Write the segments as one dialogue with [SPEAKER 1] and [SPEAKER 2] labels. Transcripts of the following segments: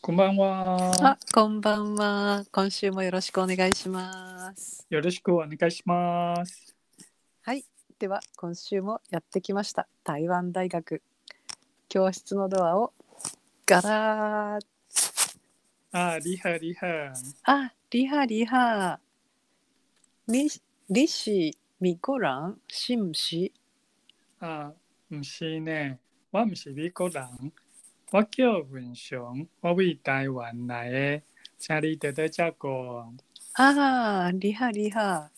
[SPEAKER 1] こんばんは。
[SPEAKER 2] あ、こんばんは。今週もよろしくお願いします。
[SPEAKER 1] よろしくお願いします。
[SPEAKER 2] では、今週もやってきました。台湾大学。教室のドアをガラー。
[SPEAKER 1] あ、リハリハ。
[SPEAKER 2] あ、リハリハ。リリシミコランシムシ。
[SPEAKER 1] あ、唔是ね。我唔是美国人。我叫文雄。我为台湾来的。请你多多照顾。
[SPEAKER 2] あー、リハリハ。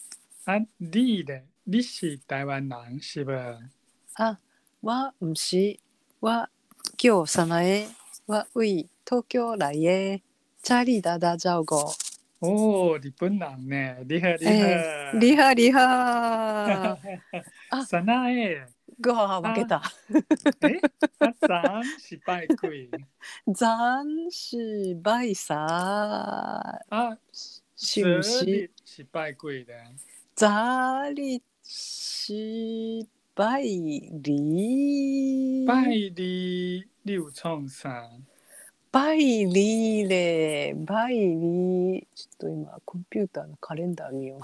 [SPEAKER 1] あ、你的你是台湾人是不？
[SPEAKER 2] あ、わんし。わ、今日さなえ。わ、うい、東京来へ。チャリダダジャオゴ。
[SPEAKER 1] おー、日本人ね。リハリ
[SPEAKER 2] え
[SPEAKER 1] ハ。
[SPEAKER 2] ー、リハ リハ。
[SPEAKER 1] ハ。さなえ。
[SPEAKER 2] ごは負けた。
[SPEAKER 1] え、あ、さん失敗くい。
[SPEAKER 2] 残しばいさ
[SPEAKER 1] あ、
[SPEAKER 2] しむ
[SPEAKER 1] 失
[SPEAKER 2] し
[SPEAKER 1] 礼失敗くい的。
[SPEAKER 2] ざりしばいり
[SPEAKER 1] 拜二六创啥？
[SPEAKER 2] ばいりればいりちょっと今コンピューターのカレンダー見よ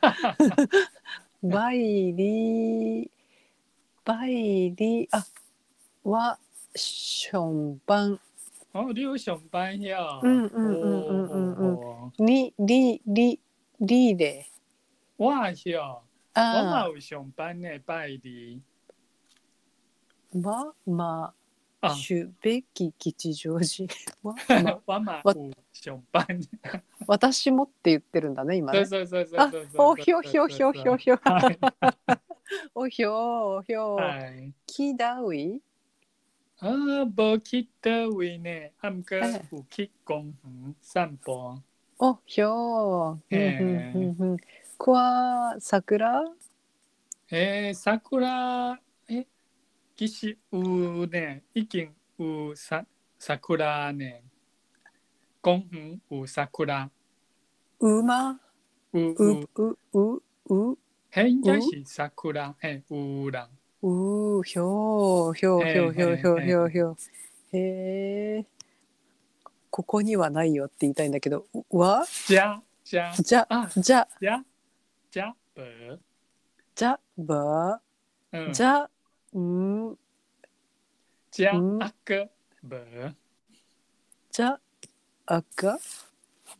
[SPEAKER 2] うばいりばいりあわしょんばん
[SPEAKER 1] 哦，你有上班呀？
[SPEAKER 2] 嗯嗯嗯嗯嗯嗯
[SPEAKER 1] 嗯。
[SPEAKER 2] にりりりれ
[SPEAKER 1] 我哟，我嘛
[SPEAKER 2] あ
[SPEAKER 1] 有上班呢，拜二。
[SPEAKER 2] わま
[SPEAKER 1] 啊，
[SPEAKER 2] 主べき吉祥寺 わ、まあ
[SPEAKER 1] 我嘛有上班。
[SPEAKER 2] 私もって言ってるんだね今
[SPEAKER 1] 对
[SPEAKER 2] ね。
[SPEAKER 1] 对对对
[SPEAKER 2] あ
[SPEAKER 1] 对。
[SPEAKER 2] おひょひょひょひょひょ
[SPEAKER 1] はい。
[SPEAKER 2] おひょおひょ
[SPEAKER 1] はい。
[SPEAKER 2] きだうい
[SPEAKER 1] 啊，无去倒位呢，啊，毋过
[SPEAKER 2] 哎
[SPEAKER 1] 有去公园散步。
[SPEAKER 2] おひょふん
[SPEAKER 1] へ
[SPEAKER 2] ふ
[SPEAKER 1] ー
[SPEAKER 2] んふんふんこわ桜
[SPEAKER 1] 诶，桜，诶，其实有呢，已经有桜桜呢，公园有桜，
[SPEAKER 2] うま
[SPEAKER 1] 有
[SPEAKER 2] う
[SPEAKER 1] 有，
[SPEAKER 2] ううう
[SPEAKER 1] 嘿，应该是桜，嘿，有人，
[SPEAKER 2] うひょひょひょひょひょひょひょへえここにはないよって言いたいんだけどうわ
[SPEAKER 1] 加加
[SPEAKER 2] じゃ
[SPEAKER 1] 啊
[SPEAKER 2] じゃ
[SPEAKER 1] 加加伯，
[SPEAKER 2] じゃば
[SPEAKER 1] 嗯，
[SPEAKER 2] じゃ
[SPEAKER 1] 加
[SPEAKER 2] ん嗯
[SPEAKER 1] 阿哥伯，
[SPEAKER 2] じゃあか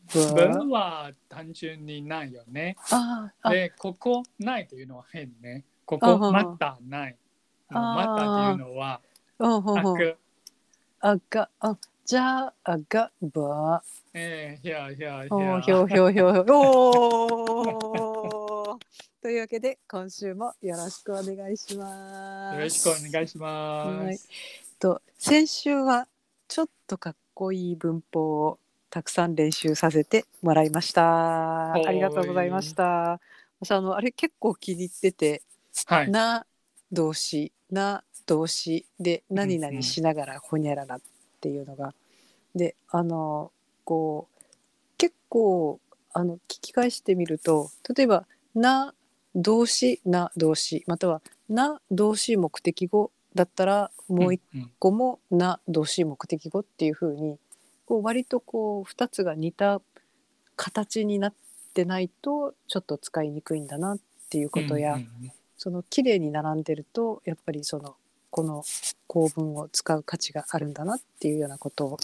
[SPEAKER 1] 伯は単純にないよね。
[SPEAKER 2] ああ
[SPEAKER 1] で、ここないというのは変ね。こ
[SPEAKER 2] あ
[SPEAKER 1] こ
[SPEAKER 2] はは
[SPEAKER 1] またない。
[SPEAKER 2] あー
[SPEAKER 1] またっていうのは
[SPEAKER 2] うんほん
[SPEAKER 1] 阿
[SPEAKER 2] ほん
[SPEAKER 1] 哥。
[SPEAKER 2] あかあじゃあがば
[SPEAKER 1] ええ、いやいやい
[SPEAKER 2] お
[SPEAKER 1] や。
[SPEAKER 2] ひょうひょうひょうひょうお ーというわけで今週もよろしくお願いします。
[SPEAKER 1] よろしくお願いします。
[SPEAKER 2] と先週はちょっとかっこいい文法をたくさん練習させてもらいました。あ
[SPEAKER 1] はい
[SPEAKER 2] りがとうございました。私あのあれ結構気に入ってて
[SPEAKER 1] はい。
[SPEAKER 2] な動詞な動詞で
[SPEAKER 1] んうん
[SPEAKER 2] 何々しながらほにゃららっていうのが、であのこう結構あの聞き返してみると例えば「な動詞な動詞」または「な動詞目的語」だったらもう一
[SPEAKER 1] うん
[SPEAKER 2] 個も「な動詞目的語」っていうふうにこう割とこう2つが似た形になってないとちょっと使いにくいんだなっていうことや、
[SPEAKER 1] うんうん
[SPEAKER 2] その綺麗に並んでるとやっぱりそのこの構文を使う価値があるんだなっていうようなことを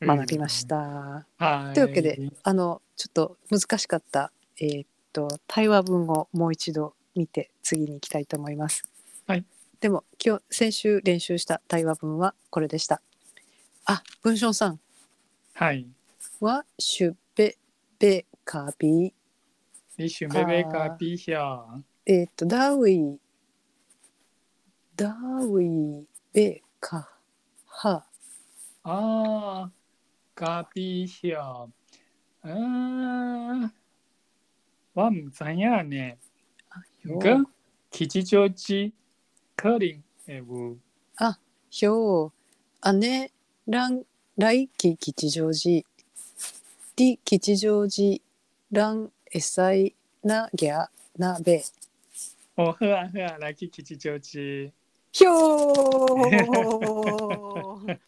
[SPEAKER 1] うん
[SPEAKER 2] 学びまし。た。
[SPEAKER 1] はい。
[SPEAKER 2] というわけであのちょっと難しかった、えーっと対話文をもう一度見て次に行きたいと思います。
[SPEAKER 1] はい、
[SPEAKER 2] でも今日先週練習した対話文はこれでした。あ文章さん
[SPEAKER 1] はい。
[SPEAKER 2] は「しゅべべかび」
[SPEAKER 1] 你选贝贝卡比下。
[SPEAKER 2] えーっと、ダーウィ、ダーウィベカハ。
[SPEAKER 1] ああ、カ比下。うん。我唔知影ね。
[SPEAKER 2] よ
[SPEAKER 1] 个吉祥寺可能会有。
[SPEAKER 2] ひょう、姉、ラン、来期吉祥寺、り吉祥寺、ラン、エサイ、なぎゃ、なべ。
[SPEAKER 1] お好啊好啊，来去吉祥寺。
[SPEAKER 2] ひょー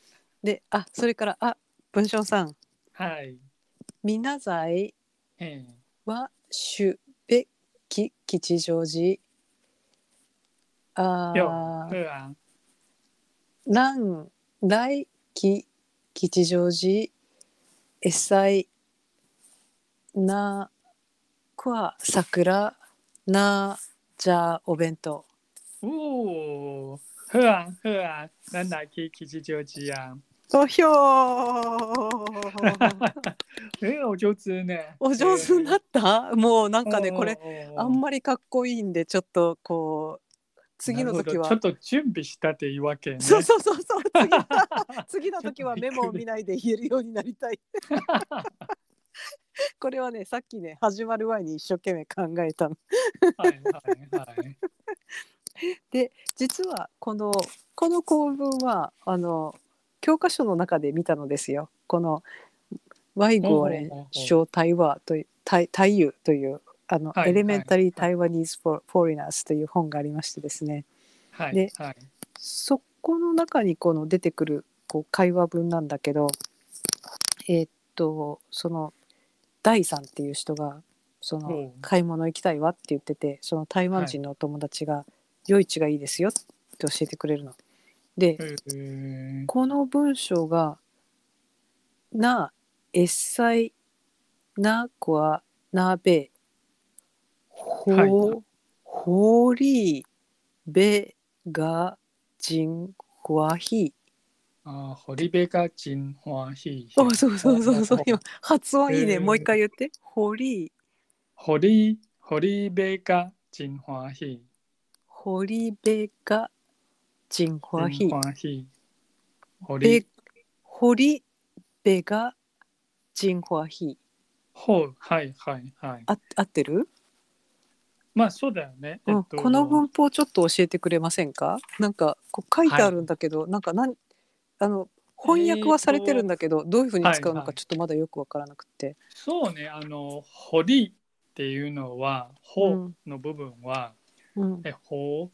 [SPEAKER 2] で、あ、それから、あ、文章さん
[SPEAKER 1] はい。
[SPEAKER 2] 「みなざい
[SPEAKER 1] えー
[SPEAKER 2] はしゅべき吉祥寺」あ
[SPEAKER 1] よ
[SPEAKER 2] ー
[SPEAKER 1] うわ
[SPEAKER 2] 蘭来期吉祥寺エサイなこは桜なじゃあお弁当
[SPEAKER 1] おお。ふわふわ。なんだっけ吉祥寺やん。
[SPEAKER 2] 投票
[SPEAKER 1] えー、お上手ね。
[SPEAKER 2] お上手にな
[SPEAKER 1] っ
[SPEAKER 2] った、もうなんかねこれ
[SPEAKER 1] れ
[SPEAKER 2] あん
[SPEAKER 1] ま
[SPEAKER 2] まりかっこいいんでちょっとこう次の時は
[SPEAKER 1] ちょっと準備したっていうわけね。
[SPEAKER 2] そうそうそうそう 次次の時はメモを見ないで言えるようになりたいこれはねさっきね始まる前に一生懸命考えたの
[SPEAKER 1] はいはいはい。
[SPEAKER 2] 実はこのこの構文はあの教科書の中で見たのですよこの「Y 語は連小対話」という「対対遊」というあの、
[SPEAKER 1] はい
[SPEAKER 2] エレメンタリー・
[SPEAKER 1] は
[SPEAKER 2] タイワニーズ・フォーリナーズという本がありましてですね
[SPEAKER 1] はい、
[SPEAKER 2] で
[SPEAKER 1] はい、
[SPEAKER 2] そこの中にこの出てくるこう会話文なんだけどえーっとその第さんっていう人がそ
[SPEAKER 1] お
[SPEAKER 2] の
[SPEAKER 1] う
[SPEAKER 2] 買い物行きたいわって言っててその台湾人のお友達が「夜市がいいですよ」って教えてくれるの。で
[SPEAKER 1] えー
[SPEAKER 2] この文章が「なえっさいなこはなべほ、
[SPEAKER 1] はい
[SPEAKER 2] ほりべがじんわひ
[SPEAKER 1] あー、堀部が真欢喜。」
[SPEAKER 2] あそうそうそうそう
[SPEAKER 1] おお
[SPEAKER 2] 今発音いいね、
[SPEAKER 1] えー
[SPEAKER 2] もう一回言って「ほり
[SPEAKER 1] 堀、堀部が真欢喜。
[SPEAKER 2] ほりべがじんわひ
[SPEAKER 1] 真欢喜。」堀、
[SPEAKER 2] べ「ほりべがじんわひ
[SPEAKER 1] ほう、はいはいはい」。
[SPEAKER 2] あ合ってる
[SPEAKER 1] まあそうだよね。
[SPEAKER 2] うん
[SPEAKER 1] えっと
[SPEAKER 2] この文法ちょっと教えてくれませんかなんかこう書いてあるんだけど、なんかなんあの翻訳はされてるんだけど、どういうふうに使うの
[SPEAKER 1] はいは
[SPEAKER 2] か
[SPEAKER 1] い
[SPEAKER 2] ちょっとまだよくわからなくて、
[SPEAKER 1] そうね、あの、堀っていうのは、
[SPEAKER 2] う
[SPEAKER 1] ほ
[SPEAKER 2] ん
[SPEAKER 1] の部分は、
[SPEAKER 2] うん
[SPEAKER 1] え、ほ、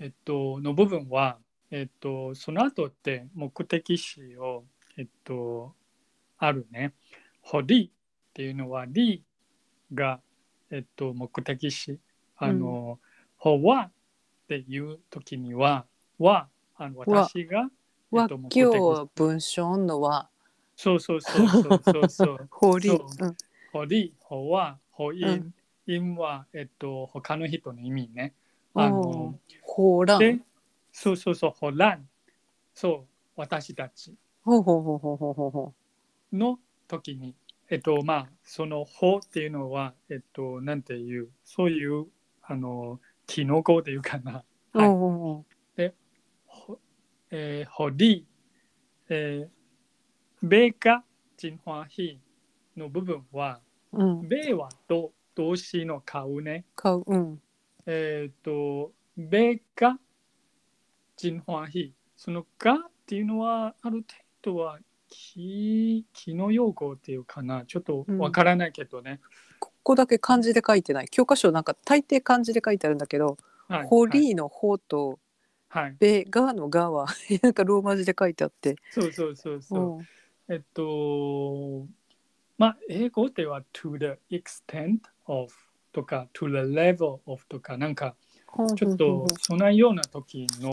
[SPEAKER 1] えっと、の部分は、えっと、その後って目的詞を、えっと、あるね。ほりっていうのは、りが、えっと、目的詞。あの、ほわっていう時には、は、あの
[SPEAKER 2] わ
[SPEAKER 1] 私が、えっ
[SPEAKER 2] 和
[SPEAKER 1] と目的詞
[SPEAKER 2] 行文章の和
[SPEAKER 1] そうそうそうそうそう そう。
[SPEAKER 2] 法律
[SPEAKER 1] そう
[SPEAKER 2] うん
[SPEAKER 1] ほり、ほは、ほい
[SPEAKER 2] う
[SPEAKER 1] ん、
[SPEAKER 2] ん
[SPEAKER 1] いんは、えっと、他の人の意味ね。あ
[SPEAKER 2] おー
[SPEAKER 1] の、
[SPEAKER 2] 法蘭
[SPEAKER 1] で、そうそうそう、ほらん。そう、私たち
[SPEAKER 2] ほうほうほうほうほうほうほ
[SPEAKER 1] の時に、えっと、まあ、そのほっていうのは、えっと、なんていう、そういう、あの、キノコっていうかな。
[SPEAKER 2] う、
[SPEAKER 1] はい
[SPEAKER 2] うんうんうん
[SPEAKER 1] ほ、えー、ほり、えー、べか、ちんはひの部分は、
[SPEAKER 2] うん
[SPEAKER 1] 米はど動詞の顔ね。
[SPEAKER 2] 買ううん
[SPEAKER 1] えっ、と、米が人欢喜。そのがっていうのは、ある程度は気、気の用語っていうかな。ちょっとわからないけどね。
[SPEAKER 2] ここだけ漢字で書いてない教科書なんか大抵漢字で書いてあるんだけど
[SPEAKER 1] はい。
[SPEAKER 2] 法
[SPEAKER 1] はい
[SPEAKER 2] 律の法と
[SPEAKER 1] はい。
[SPEAKER 2] べがのがは なんかローマ字で書いてあって
[SPEAKER 1] そうそうそうそう。
[SPEAKER 2] うん
[SPEAKER 1] えっと、まあ、英語では to the extent of とか to the level of とか、なんかちょっとそんなような時の、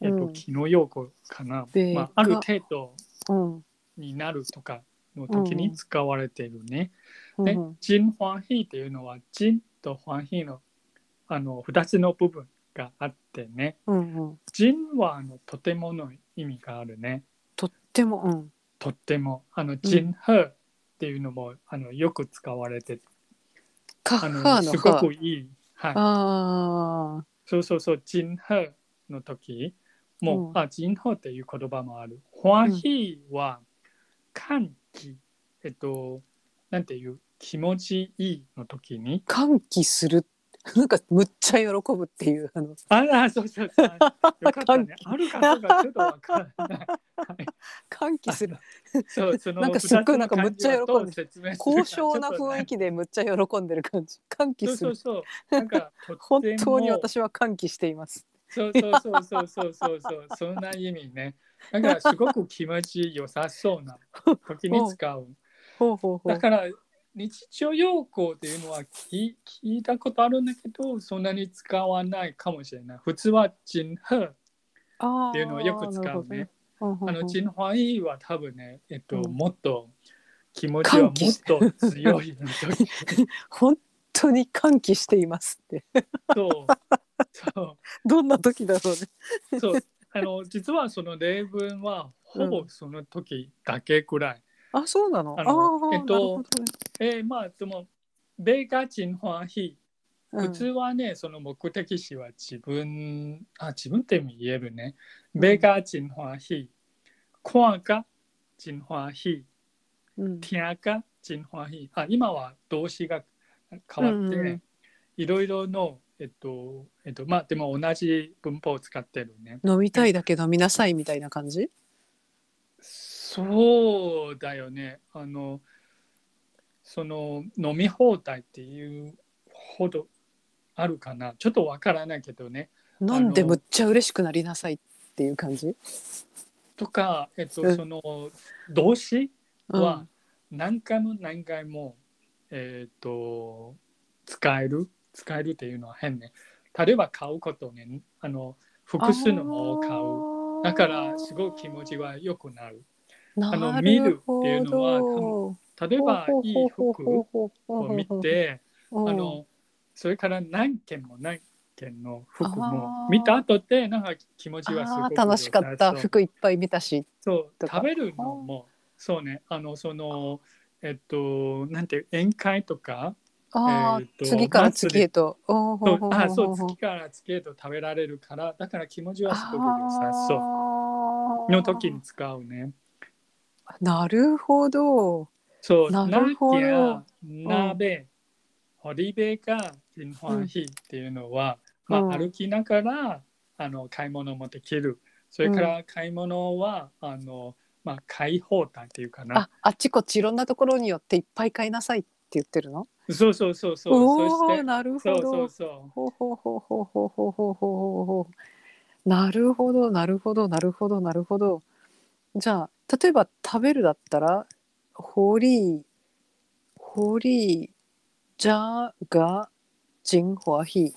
[SPEAKER 1] えっ
[SPEAKER 2] う
[SPEAKER 1] と、
[SPEAKER 2] ん
[SPEAKER 1] 気の用語かな。
[SPEAKER 2] 米
[SPEAKER 1] まあ
[SPEAKER 2] が、
[SPEAKER 1] ある程度
[SPEAKER 2] うん
[SPEAKER 1] になるとかの時に使われているね。
[SPEAKER 2] うん
[SPEAKER 1] で
[SPEAKER 2] うん、
[SPEAKER 1] 人欢喜っていうのは人と欢喜のあの2つの部分があってね。
[SPEAKER 2] うんうん、
[SPEAKER 1] 人はあのとてもの意味があるね。
[SPEAKER 2] とっても、うん、
[SPEAKER 1] とっても。あの人和っていうのもあのよく使われてて、
[SPEAKER 2] カ
[SPEAKER 1] あ
[SPEAKER 2] ッハ
[SPEAKER 1] の
[SPEAKER 2] ーの
[SPEAKER 1] すご
[SPEAKER 2] ハ
[SPEAKER 1] くいい。はい、
[SPEAKER 2] あ
[SPEAKER 1] そうそうそう、人和の時も、
[SPEAKER 2] うん
[SPEAKER 1] あ、人和っていう言葉もある。欢喜は、歓喜、えっと、なんていう、気持ちいいの時に。
[SPEAKER 2] ー歓喜するなんかむっちゃ喜ぶっていうあの
[SPEAKER 1] あら、そうそう そう。よかったね
[SPEAKER 2] 歓。
[SPEAKER 1] あるかどうかちょっとわから ない。
[SPEAKER 2] 歓喜する
[SPEAKER 1] そう、その
[SPEAKER 2] なんかすっごいなんかむっちゃ喜ん
[SPEAKER 1] 二
[SPEAKER 2] で
[SPEAKER 1] つの感じをどう説明するか
[SPEAKER 2] 高尚な雰囲
[SPEAKER 1] ち
[SPEAKER 2] 気でむっちゃ喜んでる感じ歓喜
[SPEAKER 1] ょっとね。
[SPEAKER 2] す
[SPEAKER 1] そうそ
[SPEAKER 2] る
[SPEAKER 1] うそう。なんか、と
[SPEAKER 2] 本
[SPEAKER 1] っても
[SPEAKER 2] 当に私は歓喜しています
[SPEAKER 1] そうそうそうそうそうそうそうそんな意味ねだからすごく気持ち良さそうな時に使う
[SPEAKER 2] ほうほうほ
[SPEAKER 1] だ
[SPEAKER 2] う。
[SPEAKER 1] から日常用語っていうのは聞い聞いたことあるんだけどそんなに使わないかもしれない普通はジンハっ
[SPEAKER 2] あー
[SPEAKER 1] ていうのはよく使うね。
[SPEAKER 2] なるほ
[SPEAKER 1] あ
[SPEAKER 2] どねうんうんう
[SPEAKER 1] の
[SPEAKER 2] ん
[SPEAKER 1] ジンハイは多分ねえっと、
[SPEAKER 2] うん
[SPEAKER 1] もっと気持ちはもっと強い 時
[SPEAKER 2] 本当に歓喜していますって。
[SPEAKER 1] とそう
[SPEAKER 2] どんな時だろうね。
[SPEAKER 1] そうあの実はその例文はほぼその時だけくらい、
[SPEAKER 2] あ、そうなの。
[SPEAKER 1] あ
[SPEAKER 2] あ
[SPEAKER 1] の
[SPEAKER 2] あー、
[SPEAKER 1] えっと
[SPEAKER 2] なるほどね
[SPEAKER 1] えーまあでも米が人欢喜
[SPEAKER 2] うん
[SPEAKER 1] 普通はね、その目的地は自分あ自分っても言えるね
[SPEAKER 2] うん
[SPEAKER 1] 米が人欢喜看が人欢喜
[SPEAKER 2] うん
[SPEAKER 1] 听が人欢喜あ今は動詞が変わって、
[SPEAKER 2] うんうん
[SPEAKER 1] いろいろのえっとえっとまあでも同じ文法を使ってるね
[SPEAKER 2] 飲みたいだけ飲みなさいみたいな感じ。
[SPEAKER 1] そうだよね。あの、その飲み放題っていうほどあるかな。ちょっとわからないけどね。の
[SPEAKER 2] 飲んでむっちゃ嬉しくなりなさいっていう感じ。
[SPEAKER 1] とか、えっと、
[SPEAKER 2] うん
[SPEAKER 1] その動詞
[SPEAKER 2] うん
[SPEAKER 1] は何回も何回も、えっと、使える。使えるっていうのは変ね。例えば買うことね。あの、複数のものを買う。
[SPEAKER 2] う
[SPEAKER 1] だから、すごく気持ちが良くなる。
[SPEAKER 2] な
[SPEAKER 1] の
[SPEAKER 2] る
[SPEAKER 1] 見るっていうのは
[SPEAKER 2] ほど
[SPEAKER 1] 例えば、いい服
[SPEAKER 2] を
[SPEAKER 1] を見て、あ
[SPEAKER 2] あ
[SPEAKER 1] のそれから何件も何件の服も
[SPEAKER 2] あー
[SPEAKER 1] 見た後でなんか気持ちはすご
[SPEAKER 2] あ
[SPEAKER 1] く
[SPEAKER 2] ー楽しかっ
[SPEAKER 1] 良
[SPEAKER 2] た
[SPEAKER 1] さそう
[SPEAKER 2] 服いっぱい見たし
[SPEAKER 1] そう
[SPEAKER 2] とか
[SPEAKER 1] 食べるのもそうねあのそのえっとなんていう宴会とか
[SPEAKER 2] あー、
[SPEAKER 1] えーと
[SPEAKER 2] 次から次へとおー
[SPEAKER 1] そ
[SPEAKER 2] ほ
[SPEAKER 1] う
[SPEAKER 2] ほほ
[SPEAKER 1] あそ
[SPEAKER 2] ほ
[SPEAKER 1] う
[SPEAKER 2] ほ
[SPEAKER 1] 月から月へと食べられるからだから気持ちはすごく良さそ
[SPEAKER 2] あ
[SPEAKER 1] うの時に使うね
[SPEAKER 2] ーなるほど
[SPEAKER 1] そう
[SPEAKER 2] なるほど
[SPEAKER 1] なんてや鍋堀部が金欢喜っていうのは、まあ、
[SPEAKER 2] うん
[SPEAKER 1] 歩きながらあの買い物もできる。それから買い物は、あのまあ買い放題っていうかな
[SPEAKER 2] あ。あっちこっちいろんなところによっていっぱい買いなさいって言ってるの
[SPEAKER 1] そうそうそうそう。
[SPEAKER 2] お
[SPEAKER 1] そ
[SPEAKER 2] お
[SPEAKER 1] して
[SPEAKER 2] ーなる
[SPEAKER 1] そ
[SPEAKER 2] ほ
[SPEAKER 1] うそ
[SPEAKER 2] ど
[SPEAKER 1] うそ
[SPEAKER 2] ほうほうほうほうほうほうほうほうほうなるほどなるほどなるほどなるほどじゃあ例えば食べるだったらホリーホリーじゃがジンホアヒ
[SPEAKER 1] う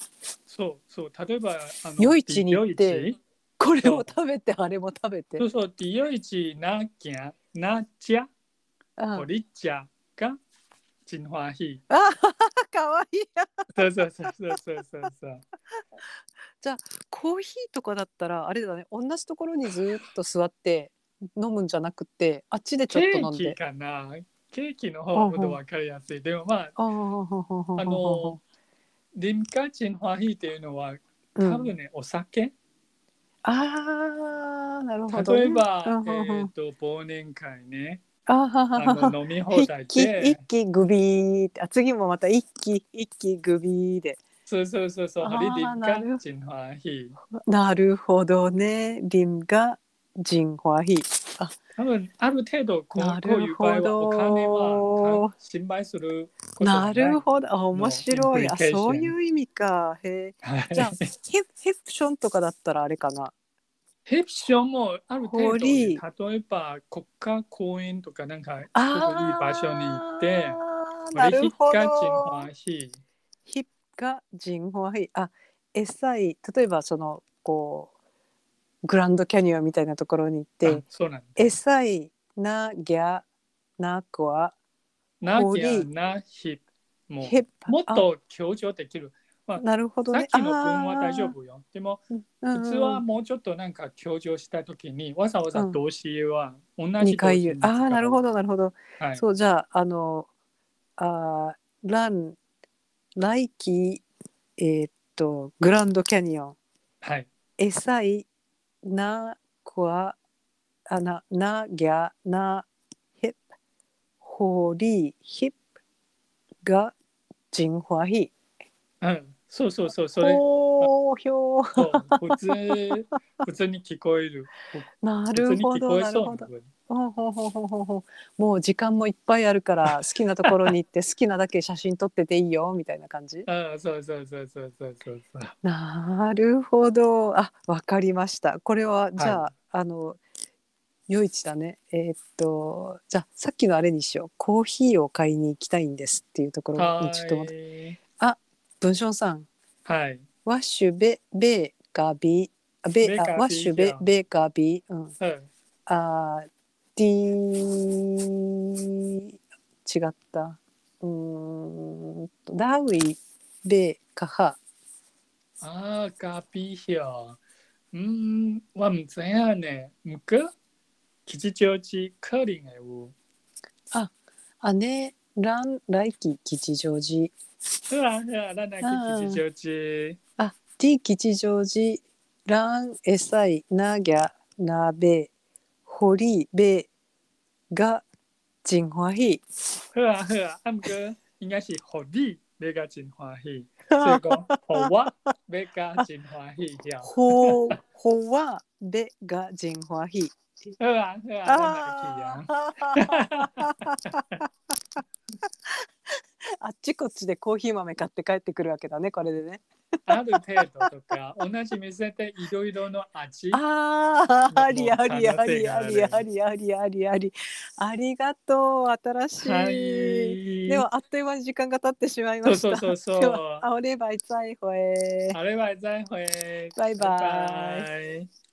[SPEAKER 1] そうそう。例えばあの
[SPEAKER 2] 夜市に行って
[SPEAKER 1] 夜市
[SPEAKER 2] これを食べてあれも食べて
[SPEAKER 1] そうそう。ディヨイチなきゃなちゃ
[SPEAKER 2] あ
[SPEAKER 1] ホリちゃが金欢喜。
[SPEAKER 2] あかわいい
[SPEAKER 1] そうそうそうそうそうそうそう。
[SPEAKER 2] コーヒーとかだったらあれだね同じところにずーっと座って飲むんじゃなくてあっ ちでちょっと飲ん
[SPEAKER 1] ケーキ
[SPEAKER 2] で
[SPEAKER 1] かなケーキの方ほど分かりやすい。でもまあ、
[SPEAKER 2] あー
[SPEAKER 1] あの、リンカチンファヒーっていうのは
[SPEAKER 2] う
[SPEAKER 1] 多
[SPEAKER 2] ん
[SPEAKER 1] 分ね、お酒。
[SPEAKER 2] ああ、なるほどね。
[SPEAKER 1] 例えば、
[SPEAKER 2] うんうんう
[SPEAKER 1] えっ
[SPEAKER 2] ん
[SPEAKER 1] と、忘年会 ね、
[SPEAKER 2] あはは
[SPEAKER 1] あ
[SPEAKER 2] はは。
[SPEAKER 1] の飲み放
[SPEAKER 2] 一
[SPEAKER 1] 題
[SPEAKER 2] 気一
[SPEAKER 1] で、
[SPEAKER 2] 気グビーってあ次もまた一気一気グビーで
[SPEAKER 1] そうそうそうそう、
[SPEAKER 2] あー
[SPEAKER 1] ホリリン
[SPEAKER 2] なる
[SPEAKER 1] カチンファヒー。
[SPEAKER 2] なるほどねリンがジンホアヒ
[SPEAKER 1] 多分ある程度こ
[SPEAKER 2] な
[SPEAKER 1] う
[SPEAKER 2] る
[SPEAKER 1] こういう場合
[SPEAKER 2] ほど
[SPEAKER 1] はお金はか心配することがな。
[SPEAKER 2] ないるほどあ面白い
[SPEAKER 1] もう
[SPEAKER 2] あ
[SPEAKER 1] implication
[SPEAKER 2] そういう意味かへえ
[SPEAKER 1] はい
[SPEAKER 2] じゃあヘプヘプションとかだったらあれかな
[SPEAKER 1] ヘプションもある程度
[SPEAKER 2] ホ
[SPEAKER 1] ね、
[SPEAKER 2] リ
[SPEAKER 1] 例えば国家公園とかなんかすごくいい
[SPEAKER 2] あ
[SPEAKER 1] 場所に行って、
[SPEAKER 2] ーなるほ
[SPEAKER 1] リヒッカチン
[SPEAKER 2] ど
[SPEAKER 1] ホアヒ
[SPEAKER 2] ヒッがジンホワイあエサイ例えばそのこうグランドキャニオンみたいなところに行っ
[SPEAKER 1] あ
[SPEAKER 2] て
[SPEAKER 1] そうなんだ。
[SPEAKER 2] エサイナギャナコア
[SPEAKER 1] な
[SPEAKER 2] ホ
[SPEAKER 1] き
[SPEAKER 2] リ
[SPEAKER 1] ゃなヒも
[SPEAKER 2] ヘッ
[SPEAKER 1] うもっと強調できる。
[SPEAKER 2] あなるほど
[SPEAKER 1] さっ
[SPEAKER 2] ね
[SPEAKER 1] きの文は大丈夫よ。でも
[SPEAKER 2] 普
[SPEAKER 1] 普通はもうちょっとなんか強調したときにわざわざ動詞は同じ
[SPEAKER 2] 二
[SPEAKER 1] 動詞
[SPEAKER 2] 回
[SPEAKER 1] に
[SPEAKER 2] 言う
[SPEAKER 1] 使う。
[SPEAKER 2] ああなるほどなるほど、
[SPEAKER 1] はい。
[SPEAKER 2] そうじゃああのあーラン来季えーっとグランドキャニオン
[SPEAKER 1] はい。
[SPEAKER 2] エサイナコアあななギャナヘップホリヒップがジンホアヒ
[SPEAKER 1] うん。そうそうそう。それ。
[SPEAKER 2] お好評。
[SPEAKER 1] そう普通普通に聞こえる。
[SPEAKER 2] な
[SPEAKER 1] 普
[SPEAKER 2] る
[SPEAKER 1] 通に
[SPEAKER 2] ほ
[SPEAKER 1] 聞
[SPEAKER 2] ど、
[SPEAKER 1] こえ
[SPEAKER 2] なる
[SPEAKER 1] そ
[SPEAKER 2] ほ
[SPEAKER 1] うな
[SPEAKER 2] ど。
[SPEAKER 1] 声。
[SPEAKER 2] ほうほうほうほうほうほうもう時間もいっぱいあるから、好きなところに行って、好きなだけ写真撮ってていいよみたいな感じ。
[SPEAKER 1] ああ、そうそうそうそうそうそうそう。
[SPEAKER 2] なるほど。あ、わかりました。これは、じゃあ、
[SPEAKER 1] は
[SPEAKER 2] あの。余市だね。えーっと、じゃあ、さっきのあれにしよう。コーヒーを買いに行きたいんですっていうところ
[SPEAKER 1] は
[SPEAKER 2] に、ちょっと待って。
[SPEAKER 1] い。
[SPEAKER 2] 文章さん、
[SPEAKER 1] はい。
[SPEAKER 2] ワッシュベ、ベーカービー。あベ
[SPEAKER 1] ベーカ
[SPEAKER 2] あ
[SPEAKER 1] ービー
[SPEAKER 2] ワッシュ
[SPEAKER 1] じ
[SPEAKER 2] ベ
[SPEAKER 1] ゃ、ん
[SPEAKER 2] ベーカービー。うん。
[SPEAKER 1] うん
[SPEAKER 2] あーディー違ったうーんとダーウィベカハ
[SPEAKER 1] ああ、カピーヒョ。うーん、我们怎样呢？五个吉祥寺克林哎我。
[SPEAKER 2] アネランライキ吉祥寺
[SPEAKER 1] うわうわ、ラナキ吉祥寺。
[SPEAKER 2] あディ吉祥寺ランエサイナギャナベホリベガジンホアヒ
[SPEAKER 1] うわうわ、あん个应该是好利，那个真欢喜。所以讲好哇，那个真欢喜呀。
[SPEAKER 2] ホホワベガジンホアヒ
[SPEAKER 1] うわうわ、ラナキ
[SPEAKER 2] あ
[SPEAKER 1] や。
[SPEAKER 2] ー あっちこっちでコーヒー豆買って帰ってくるわけだねこれでね
[SPEAKER 1] ある程度とか、同じ店でいろいろの味。
[SPEAKER 2] あ
[SPEAKER 1] も
[SPEAKER 2] あ
[SPEAKER 1] う
[SPEAKER 2] ありありありありありありありありありがとう新しい、
[SPEAKER 1] はい。
[SPEAKER 2] ではあっという間に時間が経ってしまいま
[SPEAKER 1] そう
[SPEAKER 2] した
[SPEAKER 1] そうそうそ
[SPEAKER 2] では
[SPEAKER 1] う。
[SPEAKER 2] あおればいつあいほえ
[SPEAKER 1] あれは再会。
[SPEAKER 2] バイバイ
[SPEAKER 1] イ。